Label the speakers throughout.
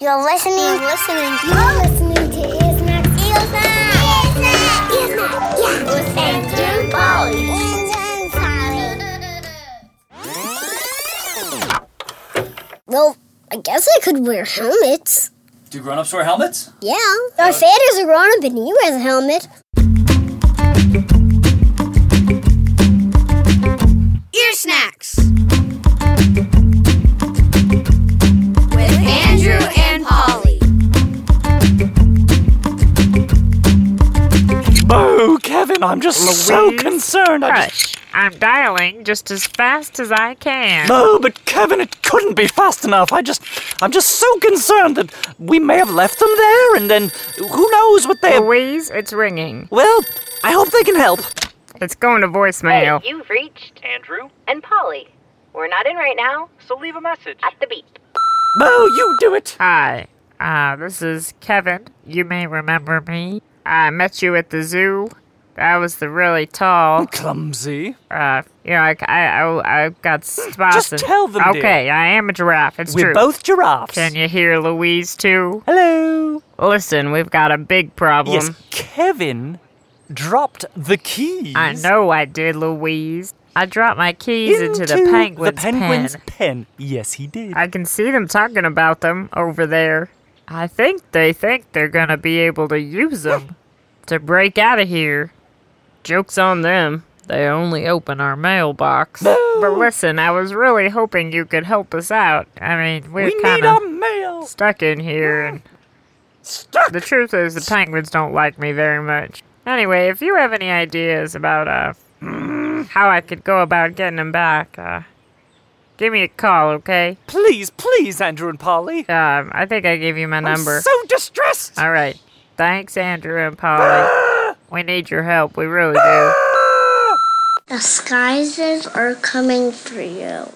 Speaker 1: You're listening. You're listening. You're listening to Ears Max. Ears Max. Ears Max. Ears Max. Yeah. With Andrew and Polly. And Polly. Well, I guess I could wear helmets.
Speaker 2: Do grown-ups wear helmets?
Speaker 1: Yeah. Our Vader's a grown-up and he wears a helmet.
Speaker 3: Ear Snacks with Andrew and Polly.
Speaker 4: Boo, Kevin, I'm just so
Speaker 5: Louise
Speaker 4: concerned. I just,
Speaker 5: Crush. I'm dialing just as fast as I can.
Speaker 4: no, but Kevin, it couldn't be fast enough. I just, I'm just so concerned that we may have left them there, and then who knows what they.
Speaker 5: Louise, it's ringing.
Speaker 4: Well, I hope they can help.
Speaker 5: It's going to voicemail.
Speaker 6: You've reached Andrew and Polly. We're not in right now, so leave a message at the beep.
Speaker 4: Boo, you do it.
Speaker 5: Hi, uh, this is Kevin. You may remember me. I met you at the zoo. I was the really tall.
Speaker 4: Clumsy. Hmm,
Speaker 5: Uh, you know, I, I, I, I got spots.
Speaker 4: Just
Speaker 5: and-
Speaker 4: tell them, dear.
Speaker 5: Okay, I am a giraffe. It's
Speaker 4: We're
Speaker 5: true.
Speaker 4: both giraffes.
Speaker 5: Can you hear Louise too?
Speaker 4: Hello.
Speaker 5: Listen, we've got a big problem.
Speaker 4: Yes, Kevin dropped the keys.
Speaker 5: I know I did, Louise. I dropped my keys into, the
Speaker 4: into
Speaker 5: penguin's,
Speaker 4: The penguin's
Speaker 5: pen.
Speaker 4: pen. Yes, he did.
Speaker 5: I can see them talking about them over there. I think they think they're gonna be able to use them to break out of here. Joke's on them. They only open our mailbox. But listen, I was really hoping you could help us out. I mean, we're
Speaker 4: we need
Speaker 5: kind
Speaker 4: our
Speaker 5: of
Speaker 4: mail.
Speaker 5: stuck in here, and
Speaker 4: Stuck.
Speaker 5: the truth is, the penguins don't like me very much. Anyway, if you have any ideas about uh how I could go about getting them back, uh, give me a call, okay?
Speaker 4: Please, please, Andrew and Polly.
Speaker 5: Um, I think I gave you my number.
Speaker 4: I'm so distressed. Ah!
Speaker 5: All right. Thanks, Andrew and Polly. we need your help. We really do.
Speaker 1: The skies are coming for you.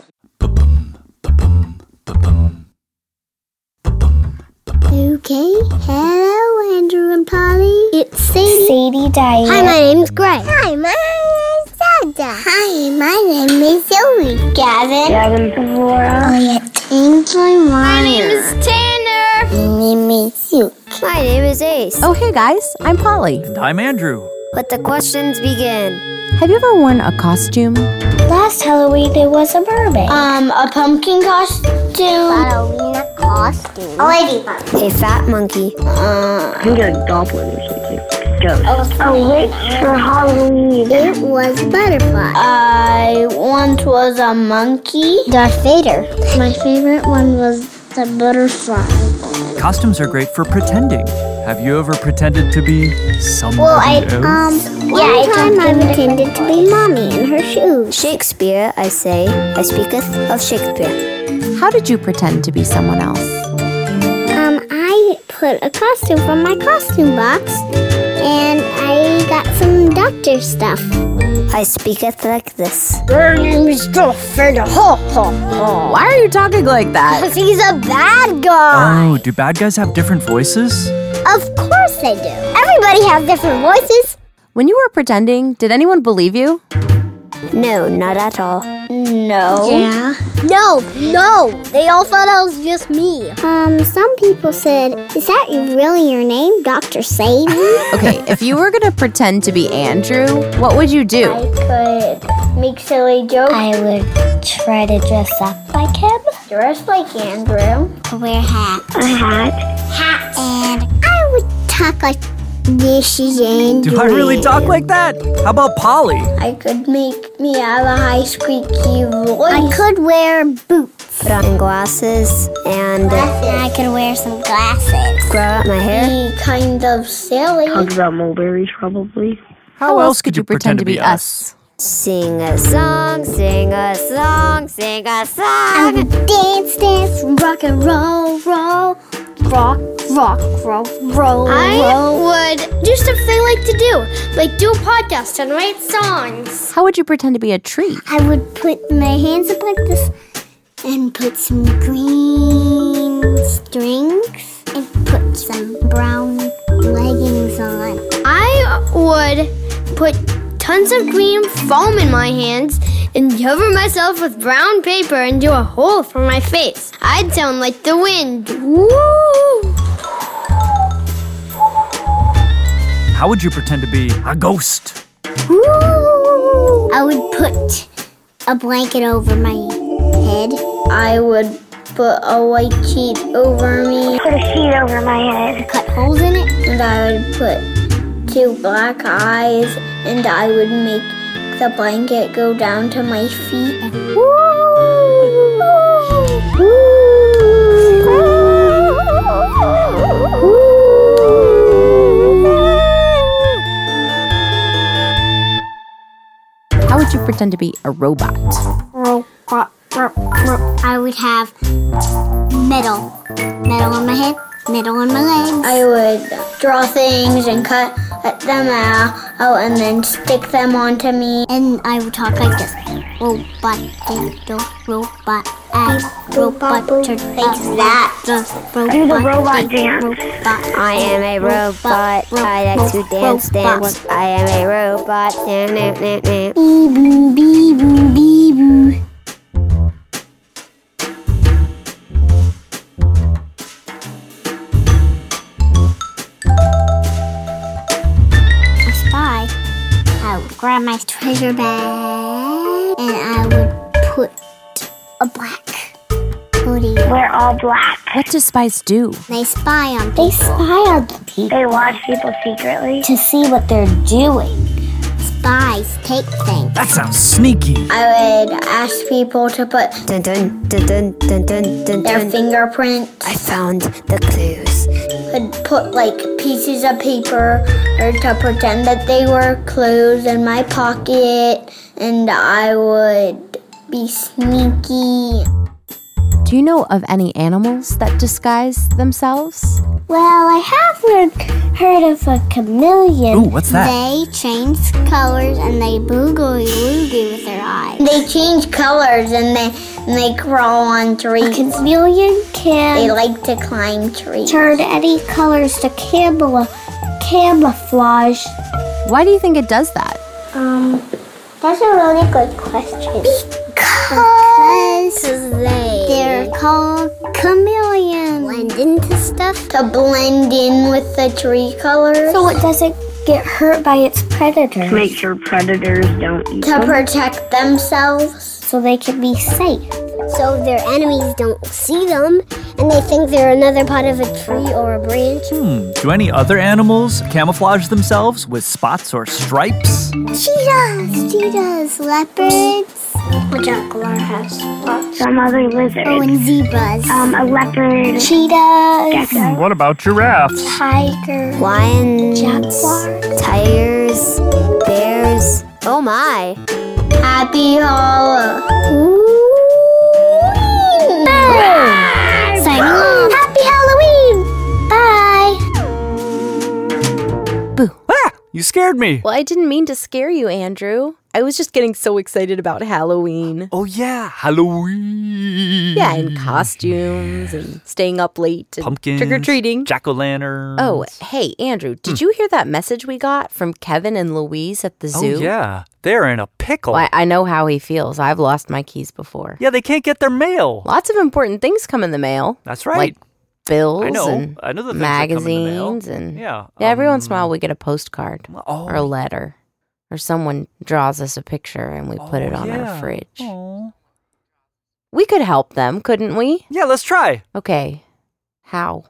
Speaker 1: Okay. Hello, Andrew and Polly. It's Sadie. Sadie Diane. Hi, my name's Greg. Hi, my name is Zelda. Hi, my name is Zoe. Gavin. Gavin Bavora. Oh, yeah. Angel Meyer. My name is Tanner. My name is Duke. My name is Ace.
Speaker 7: Oh, hey guys, I'm Polly.
Speaker 4: And I'm Andrew.
Speaker 1: Let the questions begin.
Speaker 7: Have you ever worn a costume?
Speaker 1: Last Halloween, there was a mermaid. Um, a pumpkin costume. Halloween costume. A ladybug. A fat monkey.
Speaker 8: I think a goblin or something. Ghost.
Speaker 1: A witch for Halloween. It was butterfly. I once was a monkey. Darth Vader. My favorite one was the butterfly.
Speaker 9: Costumes are great for pretending. Have you ever pretended to be someone else?
Speaker 1: um, yeah, one time I pretended to be mommy in her shoes. Shakespeare, I say, I speaketh of Shakespeare.
Speaker 7: How did you pretend to be someone else?
Speaker 1: Um, I put a costume from my costume box, and I got some doctor stuff. I speaketh like this. Her name is Doctor Ho Ho.
Speaker 7: Why are you talking like that?
Speaker 1: Cause he's a bad guy.
Speaker 9: Oh, do bad guys have different voices?
Speaker 7: Uh.
Speaker 1: Of course they do. Everybody has different voices.
Speaker 7: When you were pretending, did anyone believe you?
Speaker 1: No, not at all. No. Yeah. Oh? No, no. They all thought I was just me. Um, some people said, "Is that really your name, Doctor Sadie?"
Speaker 7: Okay, if you were gonna pretend to be Andrew, what would you do?
Speaker 1: could make silly jokes. I would try to dress up like him. Dress like Andrew. Wear hat. A hat. Hat. And I would talk like this is Andrew.
Speaker 9: Do I really talk like that? How about Polly?
Speaker 1: I could make me have a high squeaky voice. I could wear boots. Put on glasses and, I could wear some glasses. Grow out my hair. Be kind of silly.
Speaker 8: Talk about mulberries, probably.
Speaker 7: How else could you pretend to be us?
Speaker 1: Sing a song, sing a song, sing a song. I would dance, dance, rock and roll, roll, rock, rock, roll, roll, roll.
Speaker 3: would do stuff they like to do, like do a podcast and write songs.
Speaker 7: How would you pretend to be a tree?
Speaker 1: I would put my hands up like this and put some green strings and put some brown leggings on.
Speaker 3: I would put tons of green foam in my hands and cover myself with brown paper and do a hole for my face. I'd sound like the wind. Woo!
Speaker 9: How would you pretend to be a ghost?
Speaker 1: Ooh. I would put a blanket over my head. I would put a white sheet over me. Put a sheet over my head. Cut holes in it. And I would put two black eyes and I would make the blanket go down to my feet.
Speaker 7: How would you pretend to be a robot?
Speaker 1: I would have metal. Metal on my head, metal on my legs. I would draw things and cut them out oh, and then stick them onto me. And I would talk like this. Robot dildo, robot ass, robot turtle. That.
Speaker 8: Do the robot dance.
Speaker 1: I am a robot. I like to dance, dance.
Speaker 2: I am a robot. Nah, nah, nah, nah.
Speaker 1: Bee boo, bee boo, bee boo. A spy. I would grab my treasure bag and I would put a black hoodie.
Speaker 8: We're all black.
Speaker 7: What do spies do?
Speaker 1: They spy on people. They spy on people.
Speaker 8: They watch people secretly.
Speaker 1: to see what they're doing. Spies take things.
Speaker 9: That sounds sneaky.
Speaker 1: I would ask people to put
Speaker 2: Dun dun dun dun dun dun dun.
Speaker 1: their
Speaker 2: dun.
Speaker 1: fingerprints.
Speaker 2: I found the clues.
Speaker 1: Could put like pieces of paper or to pretend that they were clues in my pocket, and I would be sneaky.
Speaker 7: Do you know of any animals that disguise themselves?
Speaker 1: Well, I have heard, heard of a chameleon.
Speaker 9: Ooh, what's that?
Speaker 1: They change colors and they boogly woogie with their eyes. They change colors and they and they crawl on trees. A chameleon can. They like to climb trees. Turn any colors to camel, camouflage.
Speaker 7: Why do you think it does that?
Speaker 1: Um, that's a really good question. Because they they're called chameleons. Blend into stuff to blend in with the tree colors. So it doesn't get hurt by its predators.
Speaker 8: Make sure predators don't eat
Speaker 1: to
Speaker 8: them.
Speaker 1: protect themselves so they can be safe. So their enemies don't see them and they think they're another part of a tree or a branch.
Speaker 9: Hmm. Do any other animals camouflage themselves with spots or stripes?
Speaker 1: Cheetahs, cheetahs, leopards, a jaguar has spots.
Speaker 8: Some other lizards.
Speaker 1: Oh, and zebras.
Speaker 8: um, a leopard.
Speaker 1: cheetahs,
Speaker 8: Gecko.
Speaker 9: Hmm, What about giraffes?
Speaker 1: tigers,
Speaker 2: Lions,
Speaker 1: jaguars.
Speaker 2: tigers, bears. Oh my!
Speaker 1: Happy Hollow. Signing off. Happy Halloween. Bye.
Speaker 9: Ah! You scared me.
Speaker 7: Well, I didn't mean to scare you, Andrew. I was just getting so excited about Halloween.
Speaker 9: Oh yeah, Halloween.
Speaker 7: Yeah, and costumes and staying up late and
Speaker 9: Pumpkins.
Speaker 7: trick or treating.
Speaker 9: Jack o' lanterns.
Speaker 7: Uh, Oh, hey, Andrew, did you hear that message we got from Kevin and Louise at the
Speaker 9: Hmm. Oh
Speaker 7: zoo?
Speaker 9: yeah, they're in a pickle.
Speaker 7: Well, I, I know how he feels. I've lost my keys before.
Speaker 9: Yeah, they can't get their mail.
Speaker 7: Lots of important things come in the mail.
Speaker 9: That's right.
Speaker 7: Like bills
Speaker 9: I know.
Speaker 7: and
Speaker 9: I know the things that come in the mail.
Speaker 7: magazines and
Speaker 9: Yeah,
Speaker 7: every once in a
Speaker 9: um,
Speaker 7: while we get a postcard
Speaker 9: oh,
Speaker 7: or a letter or someone draws us a picture and we put
Speaker 9: Oh,
Speaker 7: it on
Speaker 9: yeah.
Speaker 7: our fridge.
Speaker 9: Aw.
Speaker 7: We could help them, couldn't we?
Speaker 9: Yeah, let's try.
Speaker 7: Okay. How?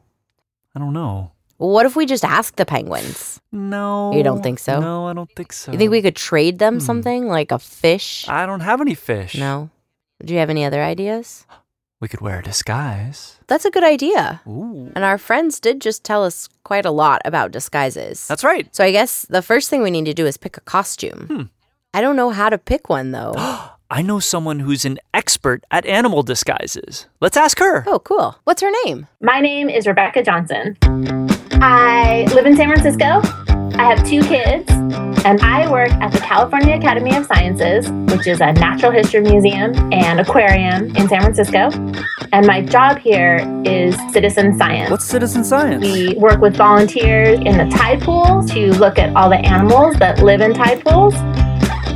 Speaker 9: I don't know.
Speaker 7: What if we just ask the penguins?
Speaker 9: No.
Speaker 7: You don't think so?
Speaker 9: No, I don't think so.
Speaker 7: You think we could trade them
Speaker 9: Hmm.
Speaker 7: something like a fish?
Speaker 9: I don't have any fish.
Speaker 7: No. Do you have any other ideas?
Speaker 9: We could wear a disguise.
Speaker 7: That's a good idea.
Speaker 9: Ooh.
Speaker 7: And our friends did just tell us quite a lot about disguises.
Speaker 9: That's right.
Speaker 7: so I guess the first thing we need to do is pick a costume.
Speaker 9: Hmm.
Speaker 7: I don't know how to pick one though.
Speaker 9: I know someone who's an expert at animal disguises. Let's ask her.
Speaker 7: oh, cool. What's her name?
Speaker 10: My name is Rebecca Johnson. I live in San Francisco. I have two kids, and I work at the California Academy of Sciences, which is a natural history museum and aquarium in San Francisco. And my job here is citizen science.
Speaker 9: What's citizen science?
Speaker 10: We work with volunteers in the tide pools to look at all the animals that live in tide pools.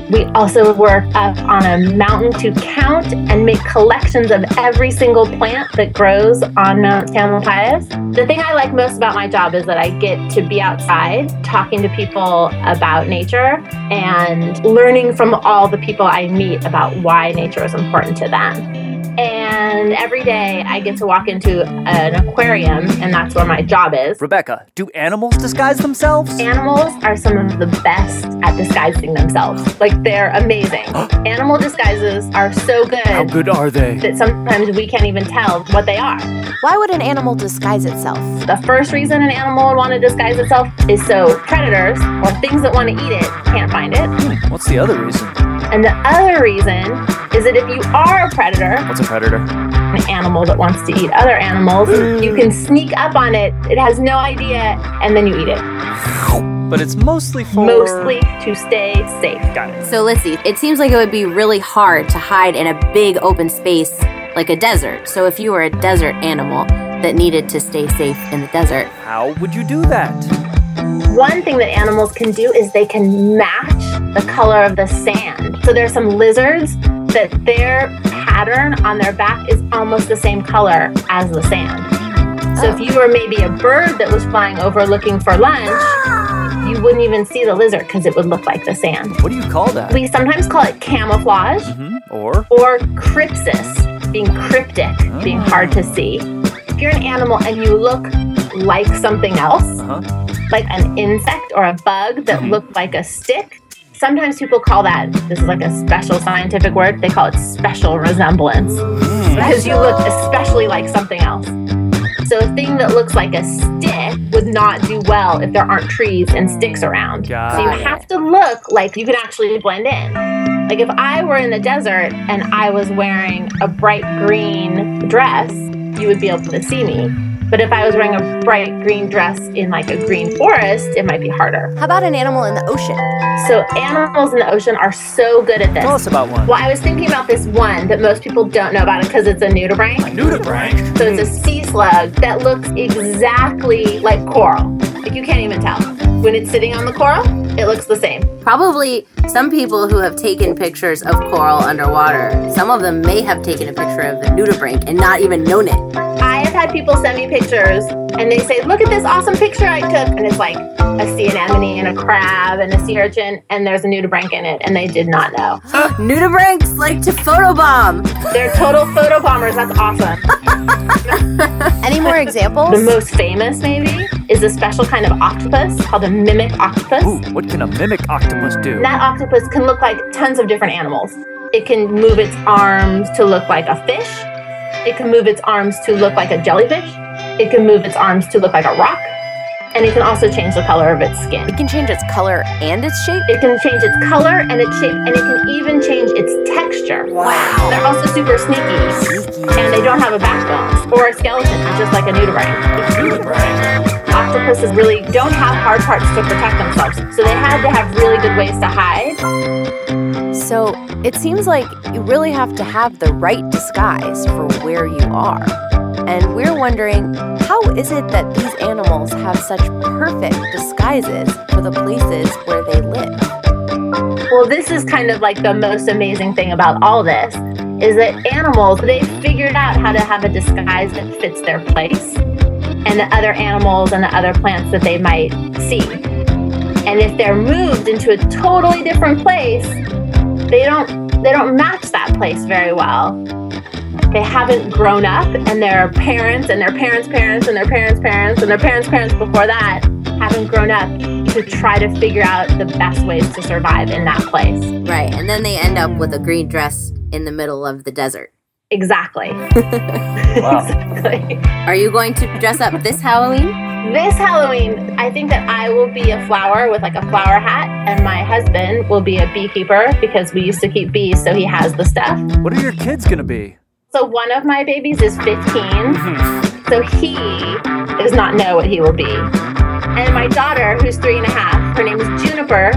Speaker 10: We also work up on a mountain to count and make collections of every single plant that grows on Mount Tamalpais. The thing I like most about my job is that I get to be outside talking to people about nature and learning from all the people I meet about why nature is important to them. And every day I get to walk into an aquarium, and that's where my job is.
Speaker 11: Rebecca, do animals disguise themselves?
Speaker 10: Animals are some of the best at disguising themselves. Like, they're amazing. Animal disguises are so good. How
Speaker 11: good are they?
Speaker 10: That sometimes we can't even tell what they are.
Speaker 7: Why would an animal disguise itself?
Speaker 10: The first reason an animal would want to disguise itself is so predators or things that want to eat it can't find it.
Speaker 11: What's the other reason?
Speaker 10: And the other reason is that if you are a predator,
Speaker 11: What's a predator?
Speaker 10: an animal that wants to eat other animals, you can sneak up on it. It has no idea, and then you eat it.
Speaker 11: But it's mostly for.
Speaker 10: Mostly to stay safe.
Speaker 11: Got it.
Speaker 12: So let's see. It seems like it would be really hard to hide in a big open space like a desert. So if you were a desert animal that needed to stay safe in the desert,
Speaker 11: how would you do that?
Speaker 10: One thing that animals can do is they can match the color of the sand. So there's some lizards that their pattern on their back is almost the same color as the sand. So if you were maybe a bird that was flying over looking for lunch, you wouldn't even see the lizard because it would look like the sand.
Speaker 11: What do you call that? Mm-hmm.
Speaker 10: We sometimes call it camouflage
Speaker 11: Or?
Speaker 10: or crypsis, being cryptic, being hard to see. If you're an animal and you look like something else, like an insect or a bug that looked like a stick, sometimes people call that, this is like a special scientific word, they call it special resemblance. Because you look especially like something else. So a thing that looks like a stick would not do well if there aren't trees and sticks around. so you
Speaker 11: it.
Speaker 10: have to look like you can actually blend in. Like if I were in the desert and I was wearing a bright green dress, you would be able to see me. But if I was wearing a bright green dress in like a green forest, it might be harder.
Speaker 7: How about an animal in the ocean?
Speaker 10: So animals in the ocean are so good at this.
Speaker 11: Tell us about one.
Speaker 10: Well, I was thinking about this one that most people don't know about it because it's a nudibranch.
Speaker 11: Nudibranch?
Speaker 10: So it's a sea slug that looks exactly like coral. Like you can't even tell. When it's sitting on the coral, it looks the same.
Speaker 12: probably some people who have taken pictures of coral underwater, some of them may have taken a picture of the nudibranch and not even known it.
Speaker 10: I have had people send me pictures and they say, Look at this awesome picture I took. And it's like a sea anemone and a crab and a sea urchin, and there's a nudibranch in it, and they did not know.
Speaker 12: Nudibranchs like to photobomb.
Speaker 10: They're total photobombers. That's awesome.
Speaker 7: Any more examples?
Speaker 10: The most famous, maybe, is a special kind of octopus called a mimic octopus.
Speaker 11: Ooh, what can a mimic octopus do?
Speaker 10: That octopus can look like tons of different animals. It can move its arms to look like a fish. It can move its arms to look like a jellyfish. It can move its arms to look like a rock. And it can also change the color of its skin.
Speaker 7: It can change its color and its shape.
Speaker 10: It can change its color and its shape, and it can even change its texture. Wow. They're also super sneaky. And they don't have a backbone or a skeleton, just like a nudibranch. Octopuses really don't have hard parts to protect themselves, so they had to have really good ways to hide.
Speaker 7: So it seems like you really have to have the right disguise for where you are. And we're wondering how is it that these animals have such perfect disguises for the places where they live?
Speaker 10: Well, this is kind of like the most amazing thing about all this is that animals, they figured out how to have a disguise that fits their place and the other animals and the other plants that they might see. And if they're moved into a totally different place, they don't they don't match that place very well. They haven't grown up and their parents and their parents' parents and their parents' parents and their parents' parents before that haven't grown up to try to figure out the best ways to survive in that place.
Speaker 12: Right, and then they end up with a green dress in the middle of the desert.
Speaker 10: Exactly. exactly.
Speaker 12: Are you going to dress up this Halloween?
Speaker 10: This Halloween, I think that I will be a flower with like a flower hat, and my husband will be a beekeeper because we used to keep bees, so he has the stuff.
Speaker 11: What are your kids gonna be?
Speaker 10: So one of my babies is 15, so he does not know what he will be. And my daughter, who's three and a half, her name is Juniper,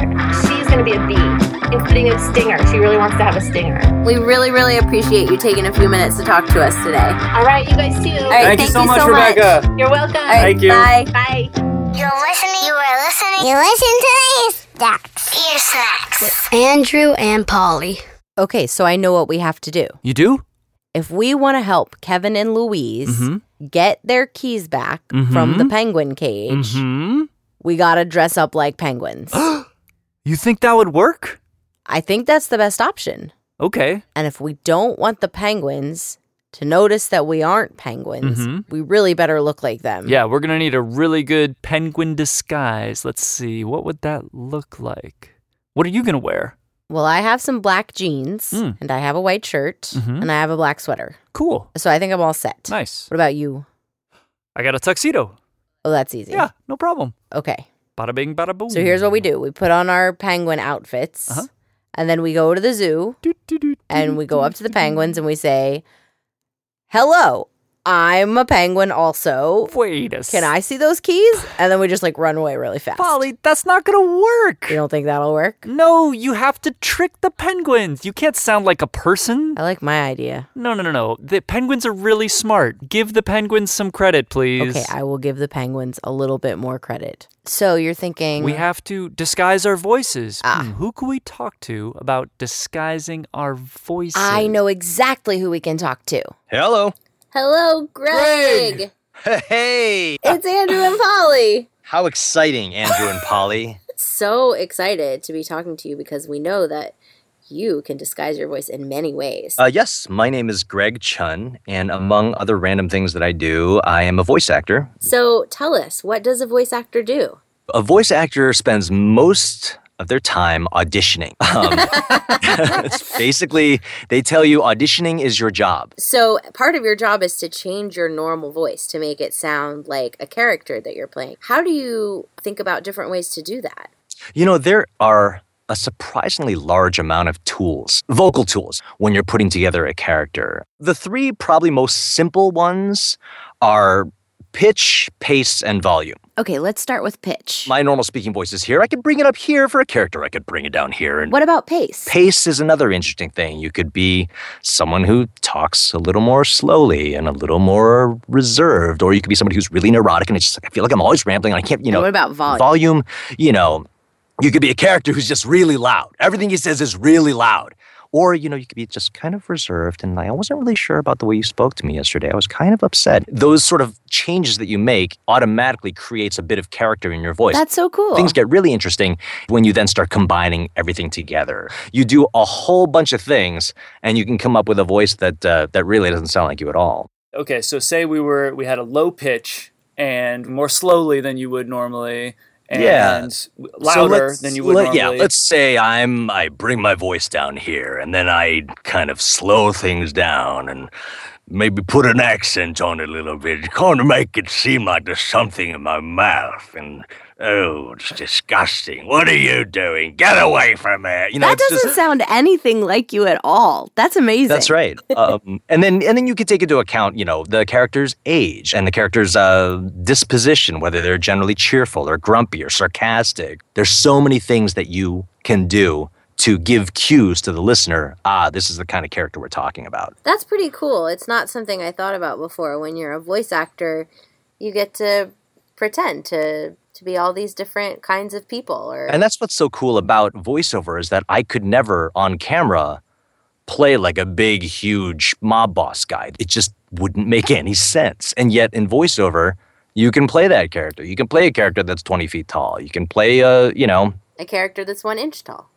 Speaker 10: she's gonna be a bee, including a stinger. She really wants to have a stinger.
Speaker 12: We really, really appreciate you taking a few minutes to talk to us today.
Speaker 10: All right, you guys too.
Speaker 12: All right, Thank you thank so you much, so much. Rebecca.
Speaker 10: You're welcome.
Speaker 12: All right, Thank you. bye.
Speaker 10: Bye.
Speaker 1: You're listening. You are listening. You listen to these ducks. Fear snacks. Andrew and Polly.
Speaker 7: Okay, so I know what we have to do.
Speaker 11: You do?
Speaker 7: If we want to help Kevin and Louise
Speaker 11: Mhm.
Speaker 7: get their keys back from the
Speaker 11: Mhm.
Speaker 7: penguin cage,
Speaker 11: Mm-hmm.
Speaker 7: we got to dress up like penguins.
Speaker 11: You think that would work?
Speaker 7: I think that's the best option.
Speaker 11: Okay.
Speaker 7: And if we don't want the penguins to notice that we aren't penguins,
Speaker 11: Mhm.
Speaker 7: we really better look like them.
Speaker 11: Yeah, we're gonna need a really good penguin disguise. Let's see, what would that look like? What are you gonna wear?
Speaker 7: Well, I have some black jeans
Speaker 11: Mm.
Speaker 7: and I have a white shirt
Speaker 11: Mhm.
Speaker 7: and I have a black sweater.
Speaker 11: Cool.
Speaker 7: So I think I'm all set.
Speaker 11: Nice.
Speaker 7: What about you?
Speaker 11: I got a tuxedo.
Speaker 7: Oh, that's easy.
Speaker 11: Yeah, no problem.
Speaker 7: Okay.
Speaker 11: Bada bing, bada boom.
Speaker 7: So here's what we do we put on our penguin outfits,
Speaker 11: Uh-huh.
Speaker 7: and then we go to the zoo, and we go up to the penguins, and we say, Hello, I'm a penguin also.
Speaker 11: Wait a
Speaker 7: Can I see those keys? And then we just like run away really fast.
Speaker 11: Polly, that's not gonna work.
Speaker 7: You don't think that'll work?
Speaker 11: No, you have to trick the penguins. You can't sound like a person.
Speaker 7: I like my idea.
Speaker 11: No, no, no, no. The penguins are really smart. Give the penguins some credit, please.
Speaker 7: Okay, I will give the penguins a little bit more credit. So you're thinking
Speaker 11: We have to disguise our voices.
Speaker 7: Ah.
Speaker 11: Hmm, who can we talk to about disguising our voices?
Speaker 7: I know exactly who we can talk to.
Speaker 13: Hello.
Speaker 1: Hello, Greg.
Speaker 13: Hey.
Speaker 1: It's Andrew and Polly.
Speaker 13: How exciting, Andrew and Polly.
Speaker 12: So excited to be talking to you because we know that you can disguise your voice in many ways.
Speaker 13: Uh, yes, my name is Greg Chun, and among other random things that I do, I am a voice actor.
Speaker 12: So tell us, what does a voice actor do?
Speaker 13: A voice actor spends most of their time auditioning. Um, it's basically, they tell you auditioning is your job.
Speaker 12: So part of your job is to change your normal voice to make it sound like a character that you're playing. How do you think about different ways to do that?
Speaker 13: You know, there are a surprisingly large amount of tools, vocal tools, when you're putting together a character. The three probably most simple ones are pitch, pace, and volume.
Speaker 12: Okay, let's start with pitch.
Speaker 13: My normal speaking voice is here. I could bring it up here for a character. I could bring it down here. And
Speaker 12: What about pace?
Speaker 13: pace is another interesting thing. You could be someone who talks a little more slowly and a little more reserved, or you could be somebody who's really neurotic and it's just like, I feel like I'm always rambling. And I can't, you
Speaker 12: And
Speaker 13: know.
Speaker 12: what about volume?
Speaker 13: Volume, you know, you could be a character who's just really loud. Everything he says is really loud. Or, you know, you could be just kind of reserved. And I wasn't really sure about the way you spoke to me yesterday. I was kind of upset. Those sort of changes that you make automatically creates a bit of character in your voice.
Speaker 7: That's so cool.
Speaker 13: Things get really interesting when you then start combining everything together. You do a whole bunch of things, and you can come up with a voice that uh, that really doesn't sound like you at all.
Speaker 14: Okay, so say we were we had a low pitch and more slowly than you would normally, and
Speaker 13: Yeah.
Speaker 14: w-
Speaker 13: So
Speaker 14: louder
Speaker 13: let's-
Speaker 14: than you would
Speaker 13: let-
Speaker 14: normally.
Speaker 13: Yeah, let's say I'm I bring my voice down here, and then I kind of slow things down and maybe put an accent on it a little bit, kind of make it seem like there's something in my mouth and. Oh, it's disgusting. What are you doing? Get away from it. You know,
Speaker 7: that
Speaker 13: it's just-
Speaker 7: doesn't sound anything like you at all. That's amazing.
Speaker 13: That's right. Um, and then and then you could take into account, you know, the character's age and the character's uh, disposition, whether they're generally cheerful or grumpy or sarcastic. There's so many things that you can do to give cues to the listener. Ah, this is the kind of character we're talking about.
Speaker 12: That's pretty cool. It's not something I thought about before. When you're a voice actor, you get to pretend to to be all these different kinds of people or
Speaker 13: And that's what's so cool about voiceover is that I could never on camera play like a big, huge mob boss guy. It just wouldn't make any sense. And yet in voiceover, you can play that character. You can play a character that's 20 feet tall. You can play a, you know,
Speaker 12: a character that's 1 inch tall.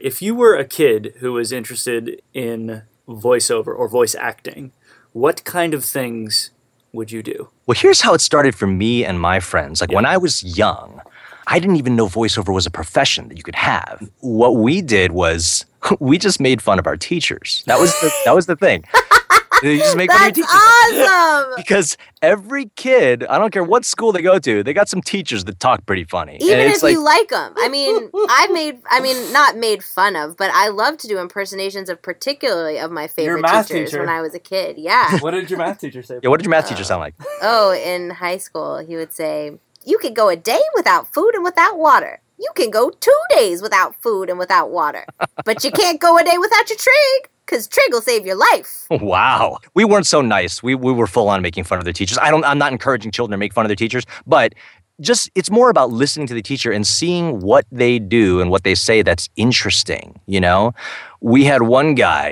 Speaker 14: If you were a kid who was interested in voiceover or voice acting, what kind of things would you do?
Speaker 13: Well, here's how it started for me and my friends. Like when I was young, I didn't even know voiceover was a profession that you could have. What we did was we just made fun of our teachers. That was the, that was the thing. You just make fun of your teachers.
Speaker 1: awesome.
Speaker 13: Because every kid, I don't care what school they go to, they got some teachers that talk pretty funny. And
Speaker 12: Even
Speaker 13: it's
Speaker 12: if you like them. I mean, I made I mean not made fun of, but I love to do impersonations of particularly of my favorite
Speaker 14: math
Speaker 12: teachers
Speaker 14: teacher.
Speaker 12: when I was a kid. Yeah.
Speaker 14: What did your math teacher say?
Speaker 13: yeah, what did your math teacher sound like?
Speaker 12: oh, in high school, he would say, "You could go a day without food and without water. You can go two days without food and without water, but you can't go a day without your trig, because trig will save your life."
Speaker 13: Wow. We weren't so nice. We, we were full on making fun of their teachers. I don't I'm not encouraging children to make fun of their teachers, but just it's more about listening to the teacher and seeing what they do and what they say that's interesting you know we had one guy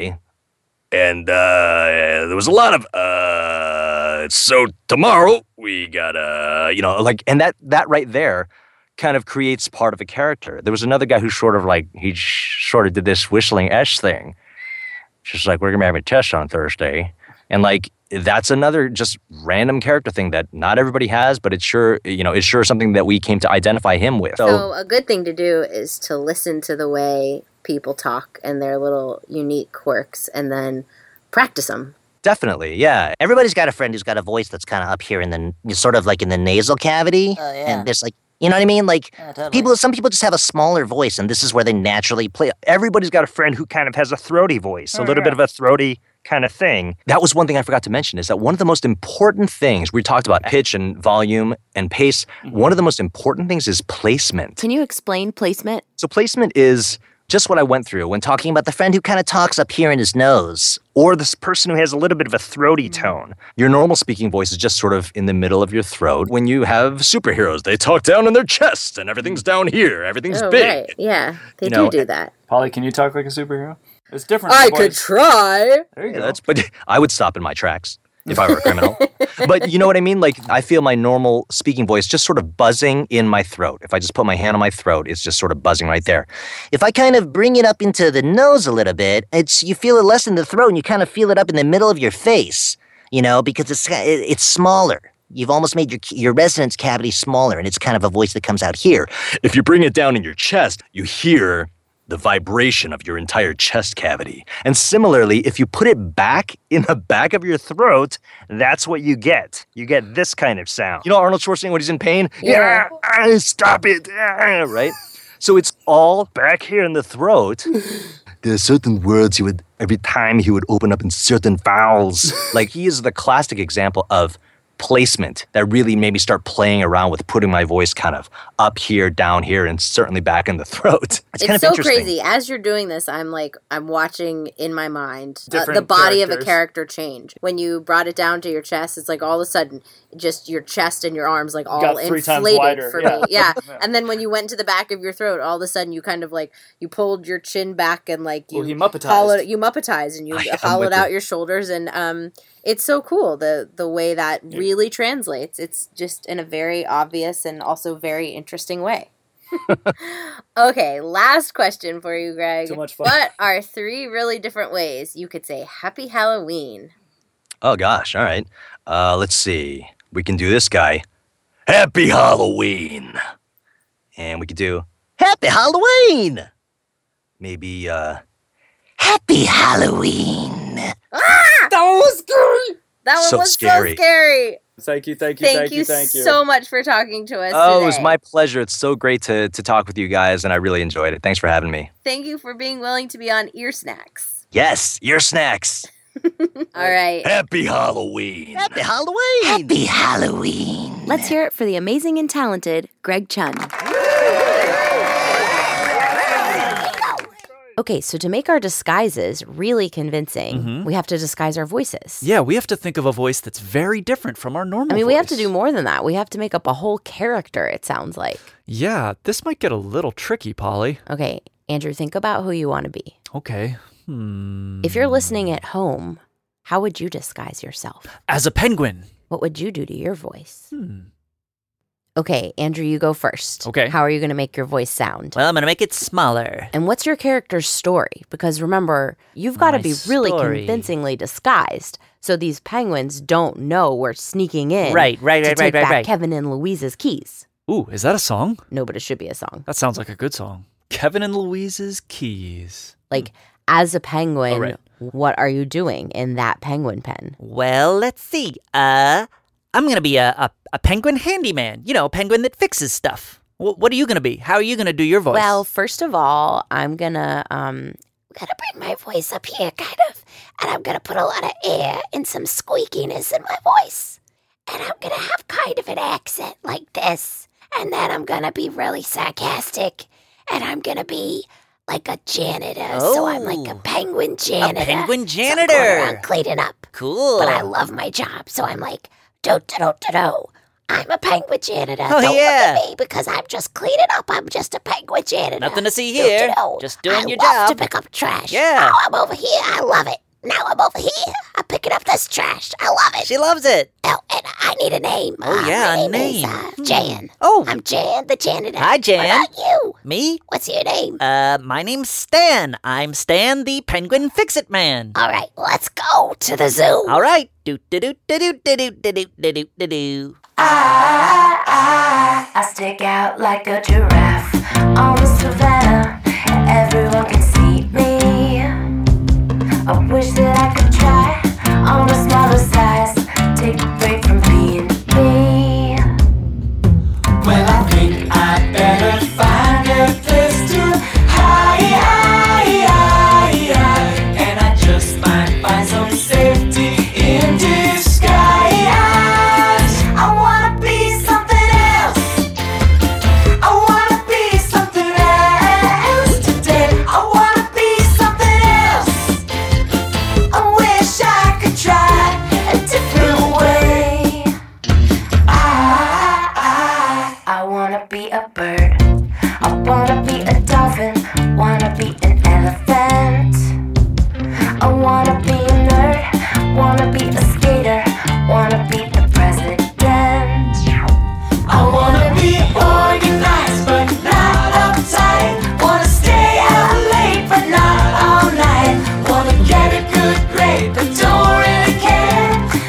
Speaker 15: And uh, there was a lot of uh, so tomorrow we got uh,
Speaker 13: you know like and that that right there kind of creates part of a character there was another guy who sort of like he sh- sort of did this whistling s thing just like we're gonna have a test on thursday and like that's another just random character thing that not everybody has but it's sure you know it's sure something that we came to identify him with
Speaker 7: So, a good thing to do is to listen to the way people talk and their little unique quirks and then practice them.
Speaker 16: Definitely, yeah. Everybody's got a friend who's got a voice that's kind of up here in the n- sort of like in the nasal cavity.
Speaker 7: Oh, yeah.
Speaker 16: And there's like, you know what I mean? Like people, some people just have a smaller voice, and this is where they naturally play. Everybody's got a friend who kind of has a throaty voice, a
Speaker 13: Oh,
Speaker 16: little
Speaker 13: yeah.
Speaker 16: bit of a throaty kind of thing.
Speaker 13: That was one thing I forgot to mention is that one of the most important things we talked about pitch and volume and pace. One of the most important things is placement.
Speaker 10: Can you explain placement?
Speaker 13: So placement is just what I went through when talking about the friend who kind of talks up here in his nose or this person who has a little bit of a throaty tone. Your normal speaking voice is just sort of in the middle of your throat. When you have superheroes, they talk down in their chest and everything's down here. Everything's
Speaker 7: Oh,
Speaker 13: big.
Speaker 7: right. Yeah, they
Speaker 13: You know,
Speaker 7: do do that.
Speaker 17: Polly, can you talk like a superhero? It's different.
Speaker 7: I
Speaker 17: voice.
Speaker 7: could try.
Speaker 17: There you
Speaker 13: Yeah, that's but I would stop in my tracks if I were a criminal. but you know what I mean? Like I feel my normal speaking voice just sort of buzzing in my throat. If I just put my hand on my throat, it's just sort of buzzing right there.
Speaker 16: If I kind of bring it up into the nose a little bit, it's you feel it less in the throat, and you kind of feel it up in the middle of your face, you know, because it's it, it's smaller. You've almost made your your resonance cavity smaller, and it's kind of a voice that comes out here.
Speaker 15: If you bring it down in your chest, you hear the vibration of your entire chest cavity.
Speaker 13: And similarly, if you put it back in the back of your throat, that's what you get. You get this kind of sound. You know Arnold Schwarzenegger when he's in pain?
Speaker 15: Yeah.
Speaker 13: "Ah, stop it. Ah," right? So it's all back here in the throat. there are certain words he would every time he would open up in certain vowels. like he is the classic example of placement that really made me start playing around with putting my voice kind of up here, down here, and certainly back in the throat.
Speaker 7: It's, so crazy. As you're doing this, I'm like, I'm watching in my mind uh, the
Speaker 13: Different
Speaker 7: body of a
Speaker 13: characters.
Speaker 7: character change. When you brought it down to your chest, it's like all of a sudden, just your chest and your arms like all
Speaker 10: Got three times
Speaker 7: inflated
Speaker 10: wider,
Speaker 7: for
Speaker 10: yeah.
Speaker 7: me. Yeah. And then when you went to the back of your throat, all of a sudden you kind of like you pulled your chin back and like you
Speaker 17: Well, he Muppetized.
Speaker 7: hollowed, you muppetized and you
Speaker 17: I am
Speaker 7: hollowed
Speaker 17: with
Speaker 7: out
Speaker 17: you.
Speaker 7: your shoulders and um. It's so cool the the way that
Speaker 17: Yeah.
Speaker 7: really translates. It's just in a very obvious and also very interesting way. Okay, last question for you, Greg.
Speaker 17: Too much fun.
Speaker 7: What are three really different ways you could say Happy Halloween?
Speaker 13: Oh gosh, all right. Uh, let's see. We can do this guy.
Speaker 15: Happy Halloween.
Speaker 13: And we could do
Speaker 16: Happy Halloween!
Speaker 13: maybe uh
Speaker 16: Happy Halloween!
Speaker 7: Ah! That was scary. That one
Speaker 13: So
Speaker 7: was so
Speaker 13: scary.
Speaker 7: scary.
Speaker 17: Thank you, thank you,
Speaker 7: Thank,
Speaker 17: thank,
Speaker 7: you,
Speaker 17: you, thank you.
Speaker 7: so much for talking to us.
Speaker 13: Oh, it was
Speaker 7: today.
Speaker 13: my pleasure. It's so great to to talk with you guys and I really enjoyed it. Thanks for having me.
Speaker 7: Thank you for being willing to be on Ear Snacks.
Speaker 13: Yes, your snacks.
Speaker 7: All right.
Speaker 15: Happy Halloween.
Speaker 7: Happy Halloween. Happy
Speaker 16: Halloween.
Speaker 10: Let's hear it for the amazing and talented Greg Chun. Okay, so to make our disguises really convincing,
Speaker 7: Mm-hmm.
Speaker 11: Mhm.
Speaker 10: we have to disguise our voices.
Speaker 11: Yeah, we have to think of a voice that's very different from our normal.
Speaker 10: I mean, we have to
Speaker 11: voice.
Speaker 10: do more than that. We have to make up a whole character, it sounds like.
Speaker 11: Yeah, this might get a little tricky, Polly.
Speaker 10: Okay, Andrew, think about who you want to be.
Speaker 11: Okay. Hmm.
Speaker 10: If you're listening at home, how would you disguise yourself?
Speaker 7: Uh,
Speaker 11: As a penguin.
Speaker 10: What would you do to your voice?
Speaker 11: Hmm.
Speaker 10: Okay, Andrew, you go first. Okay. How are you going to make your voice sound?
Speaker 16: Well, I'm gonna make it smaller.
Speaker 10: And what's your character's story? Because remember, you've got to
Speaker 16: My
Speaker 10: be really
Speaker 16: story.
Speaker 10: convincingly disguised so these penguins don't know we're sneaking in.
Speaker 16: Right, right,
Speaker 10: to
Speaker 16: right, right, right,
Speaker 10: take back
Speaker 16: right.
Speaker 10: Kevin and Louise's keys.
Speaker 11: Ooh, is that a song?
Speaker 10: No, but it should be a song.
Speaker 11: That sounds like a good song. Kevin and Louise's Keys.
Speaker 10: Like, as a penguin,
Speaker 11: right.
Speaker 10: what are you doing in that penguin pen?
Speaker 16: Well, let's see. Uh, I'm gonna be a, a, a penguin handyman. You know, a penguin that fixes stuff. Wh- what are you gonna be? How are you gonna do your voice?
Speaker 10: Well, first of all, I'm gonna um
Speaker 2: Gotta bring my voice up here, kind of, and I'm gonna put a lot of air and some squeakiness in my voice, and I'm gonna have kind of an accent like this, and then I'm gonna be really sarcastic, and I'm gonna be like a janitor, so I'm like
Speaker 18: Oh.
Speaker 2: a penguin janitor,
Speaker 16: penguin
Speaker 2: So I'm going around
Speaker 16: janitor.
Speaker 2: cleaning up.
Speaker 16: Cool.
Speaker 2: But I love my job, so I'm like do do do do do. I'm a penguin janitor.
Speaker 18: Oh,
Speaker 2: Don't
Speaker 18: yeah.
Speaker 2: look at me because I'm just cleaning up. I'm just a penguin janitor.
Speaker 18: Nothing to see
Speaker 2: Don't you
Speaker 18: here.
Speaker 2: know?
Speaker 18: Just doing
Speaker 2: I
Speaker 18: your job.
Speaker 2: love to pick up trash. Oh,
Speaker 18: Yeah.
Speaker 2: Now I'm over here. I love it. Now I'm over here. I'm picking up this trash. I love it. She
Speaker 18: loves it.
Speaker 2: Oh, and I need a name.
Speaker 18: Oh,
Speaker 2: Uh,
Speaker 18: yeah,
Speaker 2: my
Speaker 18: a
Speaker 2: name is,
Speaker 18: name.
Speaker 2: uh,
Speaker 16: Hmm.
Speaker 2: Jan.
Speaker 18: Oh.
Speaker 2: I'm Jan the janitor.
Speaker 18: Hi, Jan.
Speaker 2: What about you?
Speaker 18: Me?
Speaker 2: What's your name?
Speaker 18: Uh, my name's Stan. I'm Stan the Penguin Fix-It Man.
Speaker 2: All right, let's go to the zoo.
Speaker 18: All right. Do do do do do do do do do do do do do.
Speaker 15: I stick out like a giraffe on the savannah. Everyone can see me. I wish that I could try on a smaller size. Take a break from being me. Well, I think I better find a place to hide, hide, hide, hide. and I just might find some safety in disguise. I wanna be something else. I wanna be something else today. I wanna be something else. I wish I could try a different way. I, I, I wanna be a bird. I wanna be a dolphin. Wanna be an elephant. I wanna be a nerd. Wanna be a skater. Wanna be the president. I wanna be organized, but not uptight. Wanna stay out late, but not all night. Wanna get a good grade, but don't really care.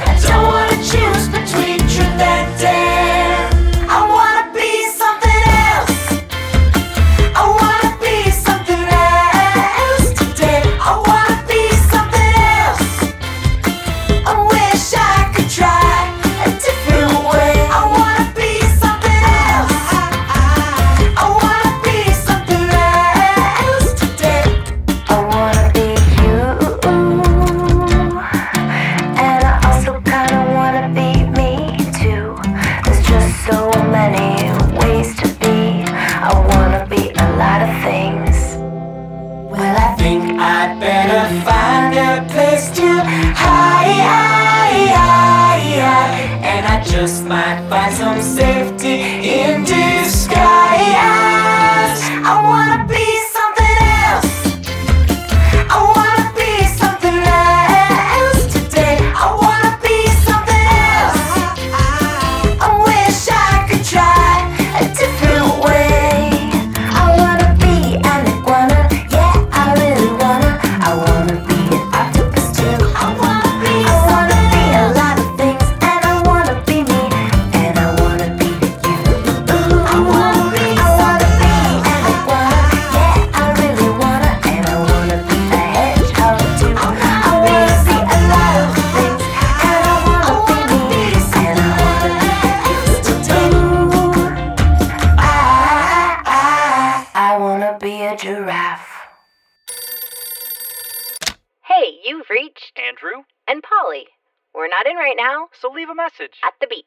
Speaker 15: I don't wanna choose between truth and dare. I wanna be something else. I wanna be something else today. I wanna be something else. I wish I could try a different way. I wanna be something else. I wanna be something else today. I wanna be you, and I also kinda wanna be me too. There's just so many ways to be. I wanna be a lot of things. Well, I think I'd better find a place to hide, hide, hide, hide. and I just might find some safety in disguise. I wanna be something else. I wanna be something else today. I wanna be something else. I wish I could try a different way. I wanna be an iguana, yeah, I really wanna. I wanna be an octopus too. I wanna be I wanna be a lot of things, and I wanna be me, and I wanna be you. I wanna be I wanna be an iguana, yeah, I really wanna, and I wanna be a hedgehog too. I wanna be a lot of things, and I wanna be me, and I wanna be you too. I, I, I wanna be a giraffe.
Speaker 6: Hey, you've reached Andrew and Polly. We're not in right now, so leave a message at the beep.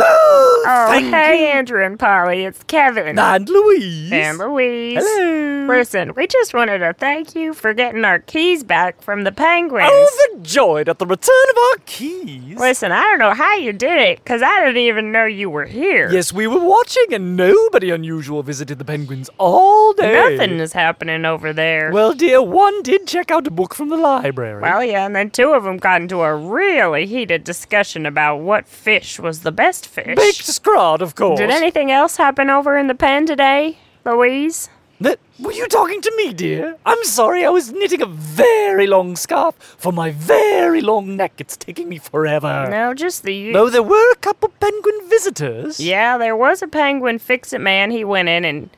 Speaker 5: Oh,
Speaker 6: thank
Speaker 5: hey, Andrew and Polly, it's Kevin.
Speaker 11: And Louise.
Speaker 5: And Louise. Hello. Listen, we just wanted to thank you for getting our keys back from the penguins.
Speaker 11: Overjoyed at Oh, the return of our keys.
Speaker 5: Listen, I don't know how you did it, because I didn't even know you were here.
Speaker 11: Yes, we were watching, and nobody unusual visited the penguins all day.
Speaker 5: Nothing is happening over there.
Speaker 11: Well, dear, one did check out a book from the library.
Speaker 5: Well, yeah, and then two of them got into a really heated discussion about what fish was the best fish.
Speaker 11: Baked Scrod, of course.
Speaker 5: Did anything else happen over in the pen today, Louise?
Speaker 11: That, were you talking to me, dear? I'm sorry, I was knitting a very long scarf for my very long neck. It's taking me forever.
Speaker 5: No, just the you.
Speaker 11: Though uh, there were a couple penguin visitors.
Speaker 5: Yeah, there was a penguin fix-it man. He went in and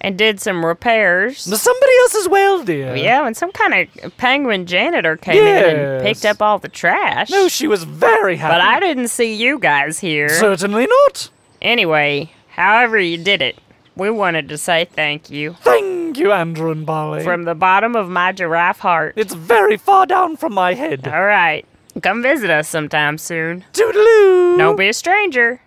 Speaker 5: and did some repairs.
Speaker 11: Somebody else as well, dear.
Speaker 5: Yeah, and some kind of penguin janitor came in and picked
Speaker 11: Yes.
Speaker 5: up all the trash.
Speaker 11: No, she was very happy.
Speaker 5: But I didn't see you guys here.
Speaker 11: Certainly not.
Speaker 5: Anyway, however you did it, we wanted to say thank you.
Speaker 11: Thank you, Andrew and Barley.
Speaker 5: From the bottom of my giraffe heart.
Speaker 11: It's very far down from my head.
Speaker 5: All right. Come visit us sometime soon.
Speaker 11: Toodaloo!
Speaker 5: Don't be a stranger.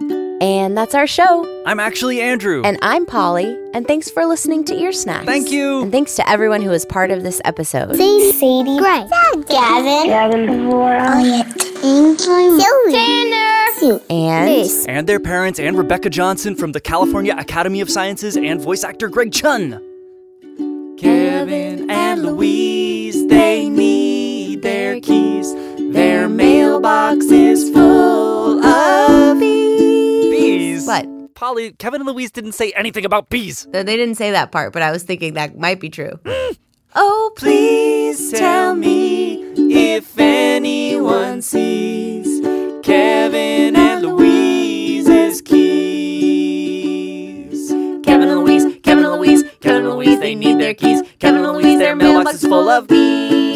Speaker 7: And that's our show.
Speaker 18: I'm actually Andrew.
Speaker 7: And I'm Polly. And thanks for listening to Ear Snacks. Thank you. And thanks to everyone who was part of this episode.
Speaker 1: Sadie, Oh, Sadie, Gray, Gavin, Gavin, Devorah, Elliot, Ainsley, Sylvie, Tanner, you.
Speaker 7: And
Speaker 1: This.
Speaker 9: And their parents and Rebecca Johnson from the California Academy of Sciences and voice actor Greg Chun.
Speaker 15: Kevin and Louise, they need their keys. Their mailbox is full of
Speaker 4: Bees.
Speaker 7: What?
Speaker 4: Polly, Kevin and Louise didn't say anything about bees.
Speaker 7: They didn't say that part, but I was thinking that might be true.
Speaker 15: Oh, please tell me if anyone sees Kevin and Louise's keys. Kevin and Louise, Kevin and Louise, Kevin and Louise, they need their keys. Kevin and Louise, their mailbox is full of bees.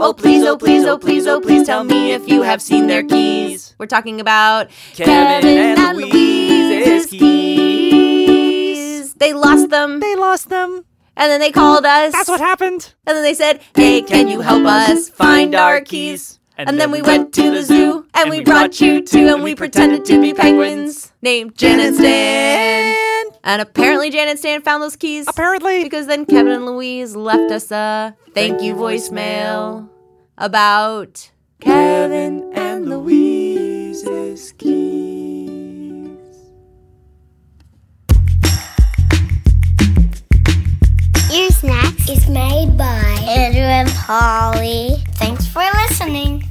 Speaker 15: Oh, please, oh, please, oh, please, oh, please tell me if you have seen their keys.
Speaker 7: We're talking about
Speaker 15: Kevin and Louise's
Speaker 7: keys. They lost them. They lost them. And then they called us. That's what
Speaker 4: happened.
Speaker 7: And then they said, Hey, can you help us find our keys? And, then, we went to the zoo and, we brought you two and we pretended to be penguins named Janet Stan. And apparently Janet Stan found those keys. Apparently. Because then Kevin and Louise left us a thank you voicemail about Kevin and Louise's
Speaker 1: Your snacks is made by Andrew and Polly. Thanks for listening.